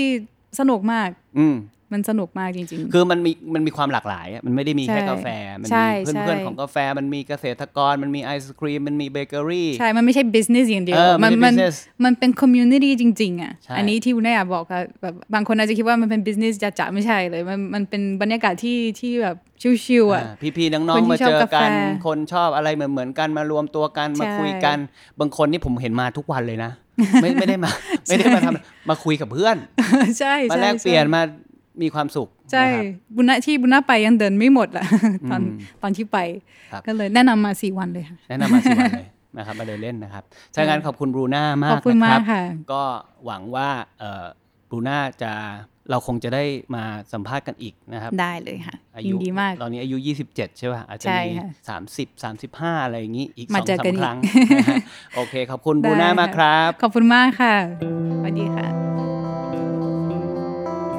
Speaker 1: สนุกมาก
Speaker 4: อืม
Speaker 1: มันสนุกมากจริง ๆ
Speaker 4: คือมันมีมันมีความหลากหลายอะมันไม่ได้มีแค่
Speaker 1: ใช่
Speaker 4: กาแฟ มัน
Speaker 1: ใช่
Speaker 4: มี
Speaker 1: ใช่
Speaker 4: เพื่อนๆของกาแฟ มันมีเกษตรกร มันมีไอศครีม มันมีเบเกอรี่
Speaker 1: ใช่ มันไม่ใช่ business อย่างเดียว
Speaker 4: เออ
Speaker 1: มั
Speaker 4: ไม่
Speaker 1: มั
Speaker 4: ใช่ business
Speaker 1: มันเป็น community จริง ๆ อ่ะ
Speaker 4: ใช่
Speaker 1: อันนี้ที่คุณแม่อยากบอกอะแบบบางคนอาจจะคิดว่ามันเป็น business จ๋าๆไม่ใช่เลย มันมันเป็นบรรยากาศที่ที่แบบชิวๆอ่ะ
Speaker 4: อ่าพี่ๆน้อง
Speaker 1: คน
Speaker 4: ๆ
Speaker 1: ที่
Speaker 4: มาเจ
Speaker 1: ช
Speaker 4: อ
Speaker 1: อบ
Speaker 4: กั
Speaker 1: กาน แฟ
Speaker 4: คนชอบอะไรเหมือนเหมือนๆกันมารวมตัวกันมา
Speaker 1: ใช่
Speaker 4: คุยกัน บางคนนี่ผมเห็นมาทุกวันเลยนะ
Speaker 1: <laughs>
Speaker 4: ไม่ไม่ได้มา ไม่ได้มา
Speaker 1: ใช่
Speaker 4: ทำมาคุยกับเพื่อน
Speaker 1: ใช่
Speaker 4: มา
Speaker 1: ใช่
Speaker 4: แลกเปลี่ยนมามีความสุข
Speaker 1: ใช่
Speaker 4: นะครับ
Speaker 1: บุญนาที่บุญนาไปยังเดินไม่หมดอ่ะตอนตอนที่ไป
Speaker 4: ครับ
Speaker 1: ก็เลยแนะนำมาสี่วันเลยค่ะ
Speaker 4: แนะนำมาสิวันเลย นะครับมาเดินเล่นนะครับถ้างั้นขอบคุณบรูน่ามาก
Speaker 1: ขอบคุณ
Speaker 4: นะ
Speaker 1: มาก
Speaker 4: รับ
Speaker 1: ค่ะ
Speaker 4: ก็หวังว่าเอ่อบรูน่าจะเราคงจะได้มาสัมภาษณ์กันอีกนะครับ
Speaker 1: ได้เลยค่ะ
Speaker 4: อา
Speaker 1: ยิ
Speaker 4: ยุ
Speaker 1: นดีมาก
Speaker 4: ตอนนี้อายุ 27 ใช่ป่ะ อาจจะ
Speaker 1: ใช่
Speaker 4: มี
Speaker 1: ค่ะ
Speaker 4: สามสิบสามสิบห้าอะไรอย่างนี้ อีกส
Speaker 1: มา
Speaker 4: อง
Speaker 1: เจอ
Speaker 4: สา
Speaker 1: กัน
Speaker 4: ม
Speaker 1: อีก
Speaker 4: ครั้ง <laughs> นะฮะโอเค ขอบคุณบูน่า
Speaker 1: ได้ค่ะ
Speaker 4: มากครับ
Speaker 1: ขอบคุณมากค่ะ สวัสดีค่ะ